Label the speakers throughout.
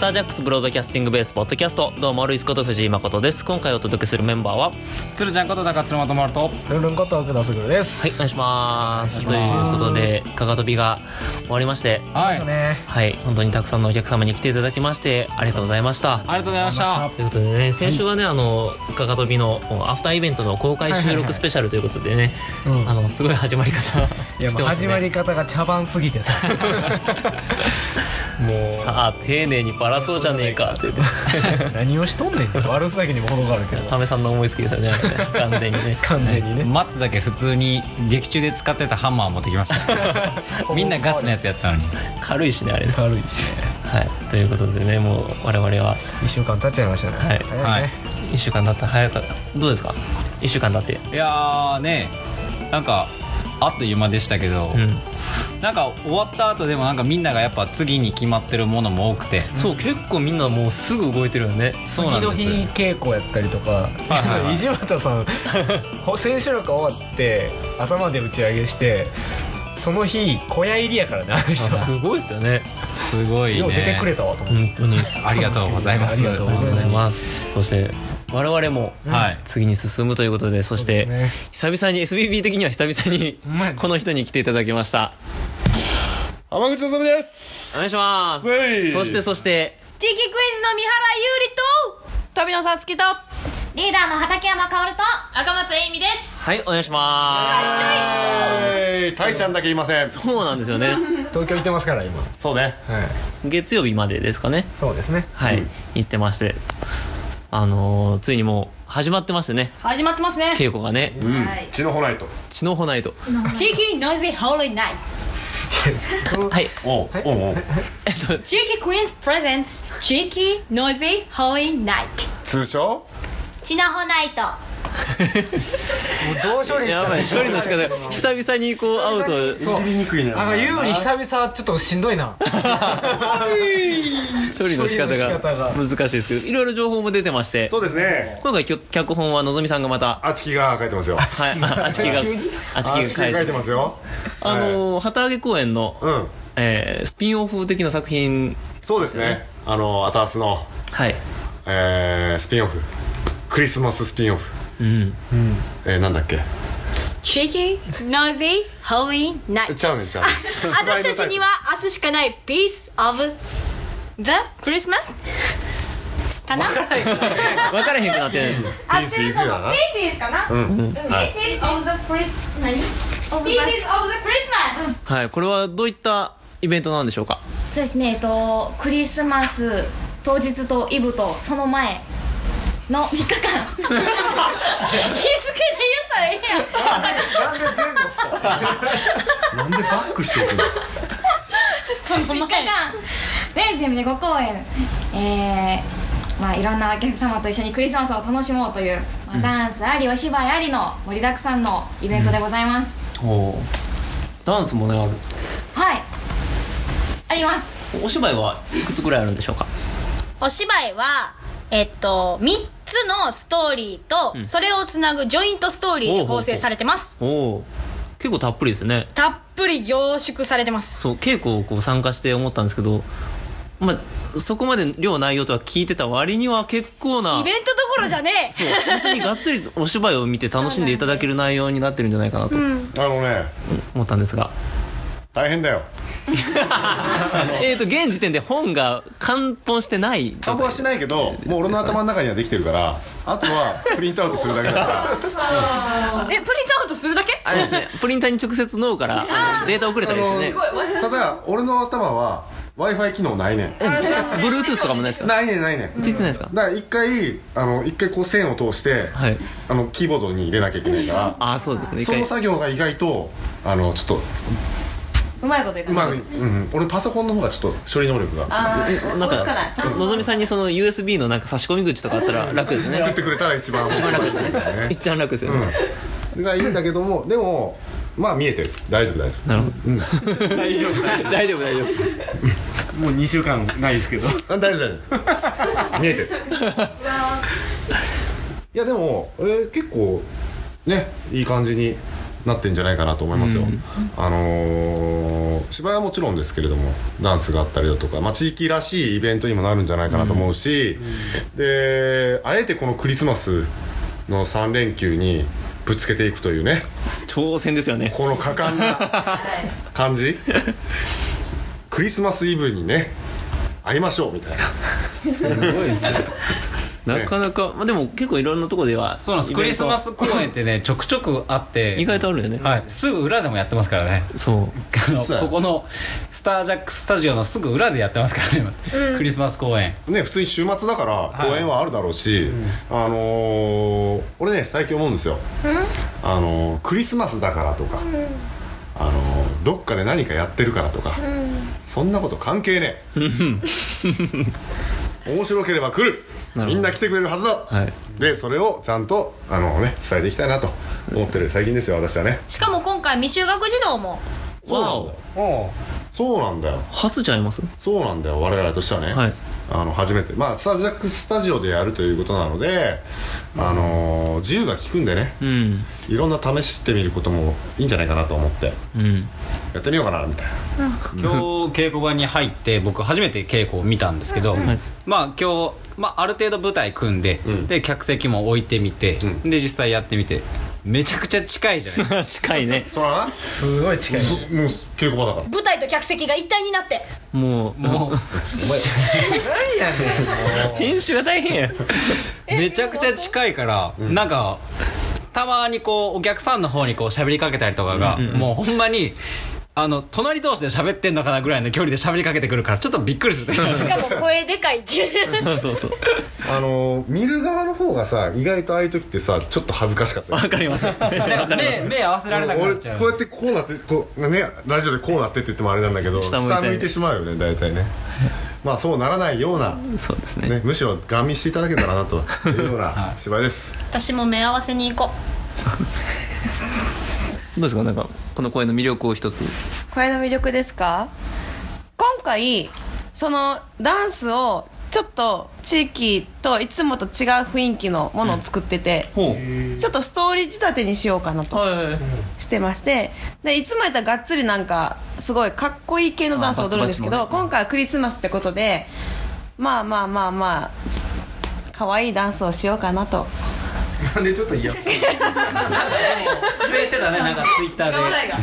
Speaker 1: タージャックスブロードキャスティングベースポッドキャストどうもルイスこと藤井誠です今回お届けするメンバーははい
Speaker 2: 鶴ちゃんこと高津のまとまると
Speaker 3: ルンルンこと奥田卓です。
Speaker 1: お願いしますということでかがとびが終わりまして
Speaker 2: はいありが
Speaker 3: ね。
Speaker 1: はい本当にたくさんのお客様に来ていただきましてありがとうございました
Speaker 2: とうございました
Speaker 1: ということでね先週はね、あのかがとびのアフターイベントの公開収録スペシャルということでね、
Speaker 3: うん
Speaker 1: あのすごい始まり方
Speaker 3: いや
Speaker 1: して
Speaker 3: もう
Speaker 1: ます
Speaker 3: 始ま
Speaker 1: ね
Speaker 3: り方が茶番すぎてさ。も
Speaker 1: さあ丁寧にバラそうじゃねえかって言って
Speaker 3: う何をしとんねんって悪ふざけにも程があるけど。
Speaker 1: タメさんの思いつきですよねあれね完全にね
Speaker 3: 完全にね。
Speaker 4: マッツだけ普通に劇中で使ってたハンマー持ってきました みんなガチなやつやったのに
Speaker 1: 軽いしねあれね
Speaker 3: 軽いしね。
Speaker 1: はいということでねもう我々は
Speaker 3: 一週間経っちゃいましたね。
Speaker 1: はい
Speaker 3: 早
Speaker 4: はいい
Speaker 3: ね。
Speaker 1: 1週間経った早かったどうですか1週間経って
Speaker 4: いやーねなんかあっという間でしたけど、
Speaker 1: うん
Speaker 4: なんか終わった後でもなんかみんながやっぱ次に決まってるものも多くて
Speaker 1: そう結構みんなもうすぐ動いてるよね
Speaker 4: そうな
Speaker 3: 次
Speaker 4: んで
Speaker 3: の
Speaker 4: す
Speaker 3: 日稽古やったりとか
Speaker 4: はいはいはい
Speaker 3: 伊集畑さんほ先週なんか終わって朝まで打ち上げしてその日小屋入りやからねあの人
Speaker 1: すごいですよね
Speaker 4: すごいね
Speaker 3: よう出てくれたわと思って
Speaker 1: 本当に
Speaker 4: ありがとうございます
Speaker 3: ありがとう
Speaker 1: ありがとうご
Speaker 3: ござ
Speaker 1: ざ
Speaker 3: い
Speaker 1: い
Speaker 3: ま
Speaker 1: ますそして我々も
Speaker 4: はい
Speaker 1: 次に進むということでそして
Speaker 3: そうで
Speaker 1: 久々に SBB 的には久々に
Speaker 3: んまやね
Speaker 1: この人に来ていただきました
Speaker 2: 浜口望です
Speaker 1: お願いします
Speaker 2: せい
Speaker 1: そしてそして
Speaker 5: チキクイズの三原優里と富野さつきと
Speaker 6: リーダーの畠山薫と
Speaker 5: 赤松えいみです
Speaker 1: はいお願いしま
Speaker 2: はいタイちゃんだけいません
Speaker 1: すそうなんですよね
Speaker 3: す東京行ってますから今
Speaker 2: そうね
Speaker 3: はい
Speaker 1: 月曜日までですかね
Speaker 3: そうですね
Speaker 1: はい、行ってましてあのーついにもう始まってましてね
Speaker 5: 始まってますね
Speaker 1: 稽古がね
Speaker 2: うん血のほないと
Speaker 1: 血のほないと
Speaker 5: チキノイズホールナイ
Speaker 1: はい
Speaker 2: おうおうおう
Speaker 5: トチキクイーンズプレゼンツチキノイズホールナイト
Speaker 2: 通称
Speaker 6: ちなほないと
Speaker 3: もうどう処理した
Speaker 1: や
Speaker 3: ら
Speaker 1: ばい処理の仕方久々にこう会うと
Speaker 3: そう
Speaker 2: いじりにくいね
Speaker 3: あのユーリ久々ちょっとしんどいな
Speaker 1: 処理の仕方
Speaker 3: 処理の仕方
Speaker 1: が
Speaker 3: が
Speaker 1: 難しいですけどいろいろ情報も出てまして
Speaker 2: そうですね
Speaker 1: 今回きょ脚本はのぞみさんがまた
Speaker 2: あちきが書いてますよ
Speaker 1: はいああちきがあ
Speaker 2: あ
Speaker 1: ちき
Speaker 2: ちきが
Speaker 1: が
Speaker 2: 書
Speaker 1: 書
Speaker 2: い
Speaker 1: い
Speaker 2: て
Speaker 1: て
Speaker 2: ますよ
Speaker 1: あのー旗揚げ公演の、
Speaker 2: うん
Speaker 1: えースピンオフ的な作品
Speaker 2: そうですねあのアタースの
Speaker 1: はい
Speaker 2: えースピンオフクリスマススピンオフ
Speaker 1: うん
Speaker 2: えーなんだっけ
Speaker 5: チキノイズホールナイト
Speaker 2: ちゃうねんちゃうねん
Speaker 5: 私たちには明日しかない Piece of the Christmas かな
Speaker 1: 分からへんくなってる
Speaker 5: 合ってる
Speaker 2: Pieces やな
Speaker 5: Pieces かな Pieces of the Christmas 何 Pieces of the Christmas
Speaker 1: はいこれはどういったイベントなんでしょうか
Speaker 6: そうですねえっとクリスマス当日とイブとその前の3日 間
Speaker 5: 気づけで言ったらええやん
Speaker 3: 完全全部
Speaker 2: なんでバックしていくの
Speaker 5: その
Speaker 6: 3日間で全部で5公演えーまあいろんなお客様と一緒にクリスマスを楽しもうという、まあ、ダンスありお芝居ありの盛りだくさんのイベントでございます、
Speaker 1: おダンスもねある
Speaker 6: はいあります
Speaker 1: お芝居はいくつぐらいあるんでしょうか
Speaker 5: お芝居はえっと3つのストーリーとそれをつなぐジョイントストーリーで構成されてます
Speaker 1: おお結構たっぷりですね
Speaker 5: たっぷり凝縮されてます
Speaker 1: そう稽古をこう参加して思ったんですけどまあそこまで量内容とは聞いてた割には結構な
Speaker 5: イベントどころじゃねえ
Speaker 1: そう本当にがっつりお芝居を見て楽しんでいただける内容になってるんじゃないかなと
Speaker 2: あのね
Speaker 1: 思ったんですが、
Speaker 2: 大変だよ
Speaker 1: えー、と現時点で本が完本してない
Speaker 2: 散歩はしてないけどもう俺の頭の中にはできてるからあとはプリントア ウトするだけだから
Speaker 5: えプリントアウトするだけ
Speaker 1: あれですね プリンターに直接脳からあのデータ送れたりですよね
Speaker 2: ただ俺の頭は w i f i 機能ないねん
Speaker 1: Bluetooth とかもないですか
Speaker 2: ないねんないねん
Speaker 1: ついてないですか
Speaker 2: だから一回あの一回こう線を通して、
Speaker 1: はい
Speaker 2: あのキーボードに入れなきゃいけないか
Speaker 1: ああそうですね
Speaker 2: ら
Speaker 1: 一
Speaker 2: そ
Speaker 1: 回
Speaker 2: の作業が意外とあのちょっ
Speaker 5: うまいこと言
Speaker 2: とう
Speaker 5: うな
Speaker 2: まく、うん、俺パソコンの方がちょっと処理能力が
Speaker 5: あー
Speaker 1: なん
Speaker 5: 追いつかない
Speaker 1: かのぞみさんにその USB のなんか差し込み口とかあったら楽ですね
Speaker 2: 作ってくれたら一番一番
Speaker 1: 楽ですね
Speaker 2: ね
Speaker 1: 一番楽ですよね、
Speaker 2: うん がいいんだけどもでもまあ見えてる大丈夫大丈
Speaker 1: なるほど、大丈夫大丈夫
Speaker 3: もう2週間ないですけど
Speaker 2: 夫あ大丈夫大丈 夫見えてるいやでも、えー結構ねいい感じになってんじゃないかなと思いますよ、あのー芝居はもちろんですけれどもダンスがあったりだとか、まあ、地域らしいイベントにもなるんじゃないかなと思うし、であえてこのクリスマスの3連休にぶつけていくというね
Speaker 1: 挑戦ですよね
Speaker 2: この果敢 な感じクリスマスイブにね会いましょうみたいな
Speaker 1: なかなか、まあ、でも結構いろんなとこでは
Speaker 7: そうなんですクリスマ
Speaker 1: ス
Speaker 7: ス公演ってねちょくちょくあって
Speaker 1: 意外とあるよね、
Speaker 7: はい、すぐ裏でもやってますからね
Speaker 1: そう
Speaker 7: あの
Speaker 2: そうや
Speaker 7: ここのスタージャックスタジオのすぐ裏でやってますからね、クリスマス公演
Speaker 2: ね、普通に週末だから公演はあるだろうし、あのー俺ね最近思うんですよ、あのークリスマスだからとか、あのーどっかで何かやってるからとか、そんなこと関係ねえ面白ければ来る
Speaker 1: なるほど
Speaker 2: みんな来てくれるはずだ、
Speaker 1: はい
Speaker 2: でそれをちゃんと、あのね、伝えていきたいなと思ってる最近ですよ私はね
Speaker 8: しかも今回未就学児童も
Speaker 1: わお
Speaker 3: お
Speaker 2: そうなんだよ
Speaker 1: 初ちゃいます
Speaker 2: そうなんだよ我々としてはね、
Speaker 1: はい
Speaker 2: あの初めてまあスタジャックスタジオでやるということなので、あのー自由が利くんでね
Speaker 1: うん
Speaker 2: いろんな試してみることもいいんじゃないかなと思って
Speaker 1: うん
Speaker 2: やってみようかなみたいな
Speaker 7: 今日稽古場に入って僕初めて稽古を見たんですけど、
Speaker 1: ん
Speaker 7: まあ今日、まあ、ある程度舞台組んで、
Speaker 2: ん
Speaker 7: で客席も置いてみて、
Speaker 2: ん
Speaker 7: で実際やってみてめちゃくちゃ近いじゃないですか
Speaker 1: 近いね
Speaker 2: そらな
Speaker 3: すごい近い
Speaker 2: そもう稽古場だから
Speaker 8: 舞台と客席が一体になって
Speaker 1: もうもう
Speaker 3: 何やねん
Speaker 1: 編集が大変や
Speaker 7: めちゃくちゃ近いから、なんかたまにこうお客さんの方にこう喋りかけたりとかが、もうほんまにあの隣同士で喋ってんのかなぐらいの距離で喋りかけてくるからちょっとびっくりす る
Speaker 8: しかも声でかいっていう
Speaker 1: そうそう
Speaker 2: あのー見る側の方がさ意外とああいう時ってさちょっと恥ずかしかったり
Speaker 1: わかります
Speaker 7: なんか目目合わせられなくな
Speaker 2: 俺
Speaker 7: っ
Speaker 2: こ
Speaker 7: ちゃう
Speaker 2: うやってこうなってこうねラジオでこうなってって言ってもあれなんだけど
Speaker 1: 下向いて
Speaker 2: 下向いてしまうよね大体ねまあそうならないような、
Speaker 1: そうですね
Speaker 2: ね、むしろガン見していただけたらなというような芝居です
Speaker 8: 私も目合わせに行こ
Speaker 1: どうですかなんかこの声の魅力を一つ
Speaker 5: これの魅力ですか今回そのダンスをちょっと地域といつもと違う雰囲気のものを作ってて、
Speaker 1: ほう
Speaker 5: ちょっとストーリー仕立てにしようかなと
Speaker 1: はい
Speaker 5: してましてでいつもやったらがっつりなんかすごいかっこいい系のダンスを踊るんですけ
Speaker 1: あバ
Speaker 5: ど、
Speaker 1: チバチのね
Speaker 5: 今回はクリスマスってことでまあまあまあまあ可愛いダンスをしようかなと
Speaker 3: なんでちょっと嫌
Speaker 7: 苦戦してたねなんかツイッター
Speaker 6: 頑張ら
Speaker 7: で
Speaker 6: いが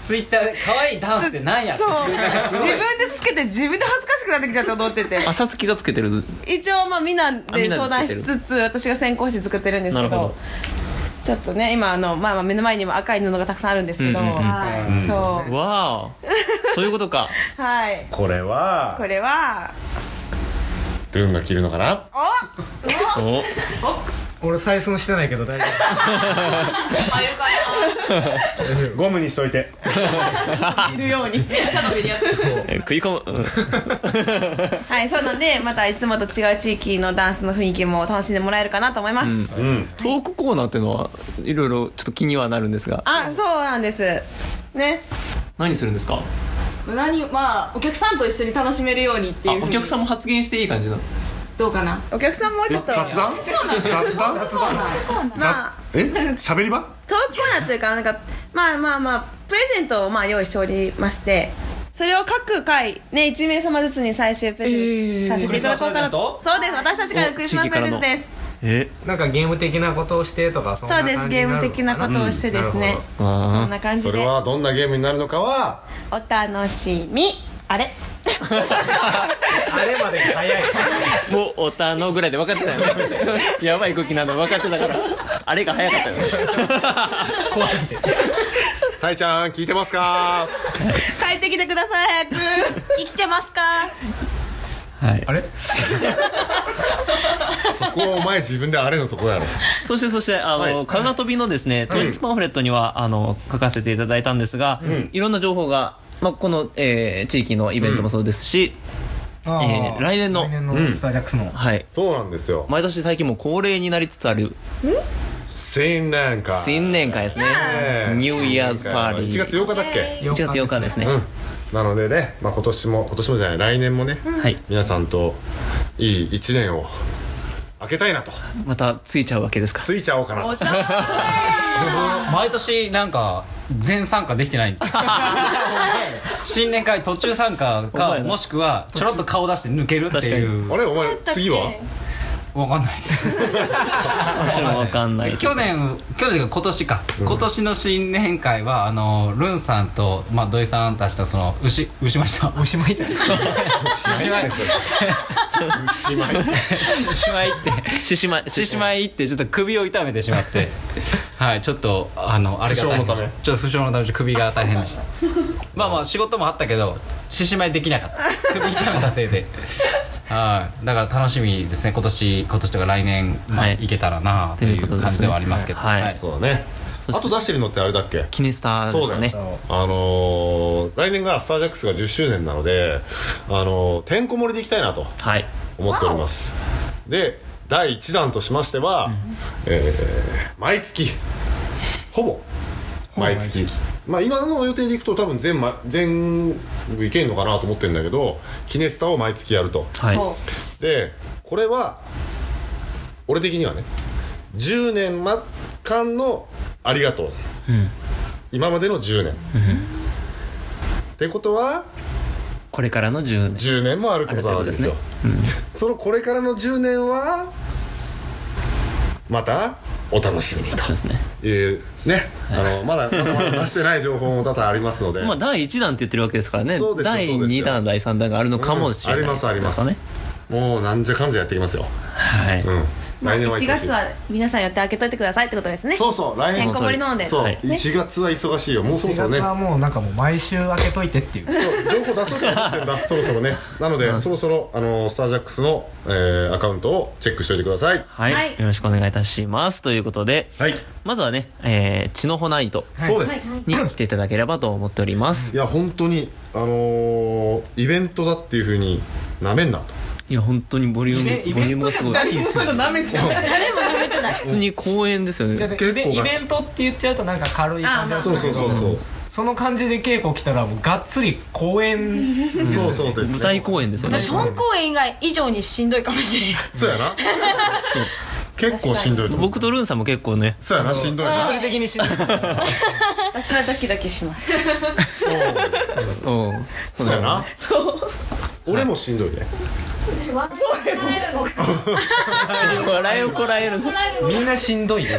Speaker 7: ツイッターで可愛いダンスってなんやって
Speaker 5: そう自分でつけて自分で恥ずかしくなってきちゃって踊ってて
Speaker 1: 朝月がつけてる
Speaker 5: 一応まあみんな
Speaker 1: あみん
Speaker 5: で
Speaker 1: なで
Speaker 5: 相談
Speaker 1: 作
Speaker 5: し
Speaker 1: って
Speaker 5: つつ私が先行して作ってるんですけど
Speaker 1: なるほど
Speaker 5: ちょっとね今あの、まあ、まあ目の前にも赤い布がたくさんあるんですけど、
Speaker 1: うんうんうん
Speaker 6: はい
Speaker 5: そう
Speaker 1: わあそういうこと か
Speaker 5: はい
Speaker 2: これは
Speaker 5: これは
Speaker 2: ルンが着るのかな
Speaker 1: お
Speaker 3: 俺採寸してないけど大丈
Speaker 6: あよかっ
Speaker 2: ゴムにしといて
Speaker 5: いるように
Speaker 6: ためっちゃ伸びるやつ
Speaker 1: え食い込む、うん
Speaker 5: はいそうなんでまたいつもと違う地域のダンスの雰囲気も楽しんでもらえるかなと思います、
Speaker 2: うん
Speaker 1: トークコーナーっていうのはいろいろちょっと気にはなるんですが
Speaker 5: あそうなんですね
Speaker 1: 何するんですか
Speaker 6: 無駄にまあお客さんと一緒に楽しめるようにって
Speaker 1: あ
Speaker 6: いうふう
Speaker 1: お
Speaker 6: に
Speaker 1: 客さんも発言していい感じなの
Speaker 6: どうかな
Speaker 5: お客さんもちょっと
Speaker 2: 雑談
Speaker 6: そうなん
Speaker 2: 雑談
Speaker 6: そうなん
Speaker 5: まあ
Speaker 2: え喋り場
Speaker 5: トークコーナーというかなんかまあまあまあプレゼントをまあ用意しておりましてそれを各回ね1名様ずつに最終プレゼントさせていただこうかなと、そうです私たちからのクリスマスプレゼントです
Speaker 1: え
Speaker 3: 夫なんかゲーム的なことをしてとかそんな
Speaker 5: そう
Speaker 3: 感じ
Speaker 5: ですゲーム的なことをしてですね、そん
Speaker 1: あ
Speaker 5: な感じ
Speaker 2: それ
Speaker 5: で
Speaker 2: はどんなゲームになるのかは
Speaker 5: お楽しみあれ
Speaker 3: とあれまで早い
Speaker 1: あもうおたのぐらいで分かってたよね やばい空気なの分かってたからあれが早かったよね
Speaker 3: 怖すぎて
Speaker 2: たいちゃん聞いてます か
Speaker 5: 帰ってきてください早く
Speaker 8: う生きてますか
Speaker 1: はい
Speaker 3: あれ
Speaker 2: そこはお前自分であれのところやろ
Speaker 1: そしてそしてあの、
Speaker 2: はい
Speaker 1: かがとびのですね当日パンフレットには、あの書かせていただいたんですが、いろんな情報が、まあ、この、えー地域のイベントもそうですし、ー来年の
Speaker 3: 来年のスタージャックスの
Speaker 1: はい
Speaker 2: そうなんですよ
Speaker 1: 毎年最近もう恒例になりつつある
Speaker 2: 新年会
Speaker 1: 新年会ですね
Speaker 2: ねえ
Speaker 1: ニューイヤーズパーティ
Speaker 2: 1月
Speaker 1: ー
Speaker 2: 8日だっけ
Speaker 1: 1月8日ですね、
Speaker 2: うんなのでね、まあ、今年も今年もじゃない来年もね、
Speaker 1: はい
Speaker 2: 皆さんといい1年を開けたいなと
Speaker 1: またついちゃうわけですか
Speaker 2: ついちゃおうかなと
Speaker 7: 毎年なんか全参加できて ないんですよ新年会途中参加
Speaker 1: お
Speaker 7: か
Speaker 1: 前な
Speaker 7: もしくはちょろっと顔出して抜けるっていう
Speaker 2: あれお前次は
Speaker 7: わかんないです
Speaker 1: もちろんわかんない
Speaker 7: 去年去年というか今年か、今年の新年会はあのルンさんと、まあ、土井さんたちとその牛牛ました
Speaker 3: おしまいだよ
Speaker 7: 牛まい
Speaker 2: しまい
Speaker 7: 牛まいって
Speaker 1: 獅子舞
Speaker 7: 獅子舞ってちょっと首を痛めてしまって はいちょっとあのあれが大変
Speaker 2: 負傷のため
Speaker 7: ちょっと負傷のためちょっと首が大変でしたまあまあ仕事もあったけど獅子舞できなかった首痛めたせい ではいだから楽しみですね今年今年とか来年、まあ
Speaker 1: はい
Speaker 7: い、けたらな
Speaker 1: と
Speaker 7: とい
Speaker 1: いうこ
Speaker 7: う
Speaker 1: とですね
Speaker 7: 感じではありますけど
Speaker 1: はい
Speaker 2: そうだね
Speaker 1: そ
Speaker 2: あ
Speaker 1: して
Speaker 2: と出してるのってあれだっけ
Speaker 1: キネスターで
Speaker 2: そ
Speaker 1: す
Speaker 2: う
Speaker 1: か
Speaker 2: だ
Speaker 1: ね
Speaker 2: ねあのー来年がスタージャックスが10周年なのであのーてんこ盛りでいきたいなと
Speaker 1: はい
Speaker 2: 思っておりますで第1弾としましては、えー毎月ほぼ毎月まあ今の予定でいくと多分全,、ま、全部いけんのかなと思ってるんだけどキネスタを毎月やると
Speaker 1: はい
Speaker 2: でこれは俺的にはね10年ま間のありがとう、今までの10年、ってことは
Speaker 1: これからの10年
Speaker 2: 10年もあるってことなわけですよ
Speaker 1: ある
Speaker 2: そのこれからの10年はまたお楽しみに
Speaker 1: そうですね
Speaker 2: というね、あのまだまだまだ出してない情報も多々ありますの で、
Speaker 1: まあ第1弾って言ってるわけですからね
Speaker 2: そうですよ
Speaker 1: 第
Speaker 2: そうです
Speaker 1: 2
Speaker 2: よ
Speaker 1: 弾第3弾があるのかもしれない
Speaker 2: うんありますあります
Speaker 1: ですかね
Speaker 2: もうなんじゃかんじゃやっていきますよ、
Speaker 1: はい
Speaker 2: うん、来年は
Speaker 5: 1
Speaker 2: 忙しい
Speaker 5: 月は皆さんやって開けといてくださいってことですね
Speaker 2: そうそう来
Speaker 5: て
Speaker 2: 年
Speaker 5: ん
Speaker 2: も
Speaker 5: こ盛りなので
Speaker 2: そう、
Speaker 1: はい
Speaker 2: 1月は忙しいよもうそろ
Speaker 3: 4
Speaker 2: そろ
Speaker 3: 月
Speaker 2: ね
Speaker 3: はもうなんかもう毎週開けといてっていう
Speaker 2: そう情報出そうと思ってん だそろそろねなので、そろそろあのスタージャックスの、えーアカウントをチェックしておいてください
Speaker 1: はい、
Speaker 5: はい
Speaker 1: よろしくお願いいたしますということで、
Speaker 2: はい、
Speaker 1: まずはね、えー、血のほナイト
Speaker 2: そうです、
Speaker 1: に来ていただければと思っております
Speaker 2: い、や本当にあのーイベントだっていうふうになめんなと
Speaker 1: いや本当にボリューム、ボリュームがすごい
Speaker 5: 誰も舐めてない
Speaker 1: 普通に公演ですよね
Speaker 2: 構
Speaker 3: イベイベントって言っちゃうとなんか軽い感じがするけど
Speaker 2: そうそうそうそう
Speaker 3: その感じで稽古来たらもうがっつり公演
Speaker 2: そうそうです、ね、
Speaker 1: 舞台公演ですよね
Speaker 5: 私本公演以外以上にしんどいかもしれない
Speaker 2: そうやな結構しんどいと思う
Speaker 1: 僕とルーンさんも結構ね
Speaker 2: そうやなしんどいな
Speaker 3: 物理的にしんどい
Speaker 5: 私はドキドキします
Speaker 1: うん
Speaker 2: そうやなそう俺もしんどいね
Speaker 6: そうですね
Speaker 1: 笑いをこらえる
Speaker 3: みんなしんどいよ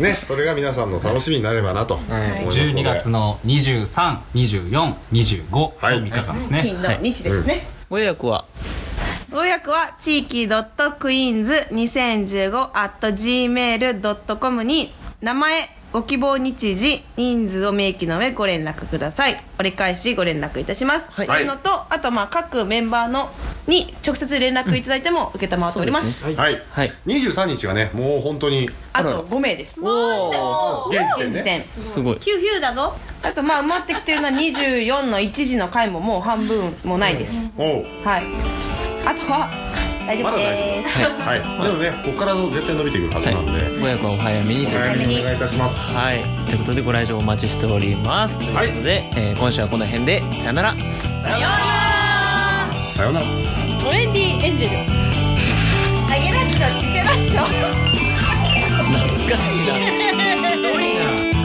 Speaker 2: ねそれが皆さんの楽しみになればなと思いますので
Speaker 7: 12月の232425の
Speaker 2: はい
Speaker 7: 3日間ですね、
Speaker 5: 金の日ですね、
Speaker 1: ご予約は
Speaker 5: ご予約は地域 .queens2015.gmail.com に名前ご希望日時人数を明記の上ご連絡ください折り返しご連絡いたします、
Speaker 1: はい
Speaker 5: というのとあとまあ各メンバーのに直接連絡いただいても承っております,、
Speaker 2: はい、
Speaker 1: はい
Speaker 2: 23日がねもう本当に現
Speaker 5: あと5名です
Speaker 1: おお
Speaker 2: 時点
Speaker 5: 時
Speaker 2: ね
Speaker 5: 点
Speaker 1: すごい
Speaker 8: ヒューヒューだぞ
Speaker 5: あとまあ埋まってきてるのは24の1時の回ももう半分もないです、
Speaker 2: おう
Speaker 5: はいあとは大丈
Speaker 2: ま
Speaker 5: 夫
Speaker 2: だ
Speaker 5: で
Speaker 2: 大
Speaker 5: す、
Speaker 2: 丈夫はい、でもねここから絶対伸びてくるはずなんで、
Speaker 1: ご予約はお早めに
Speaker 2: お早めにお願いいたします
Speaker 1: はいということでご来場お待ちしておりますということで、えー今週はこの辺でさよなら
Speaker 2: さようなら
Speaker 5: トレンディエンジェルハゲラッチョチケラッチョ
Speaker 1: 懐かしいな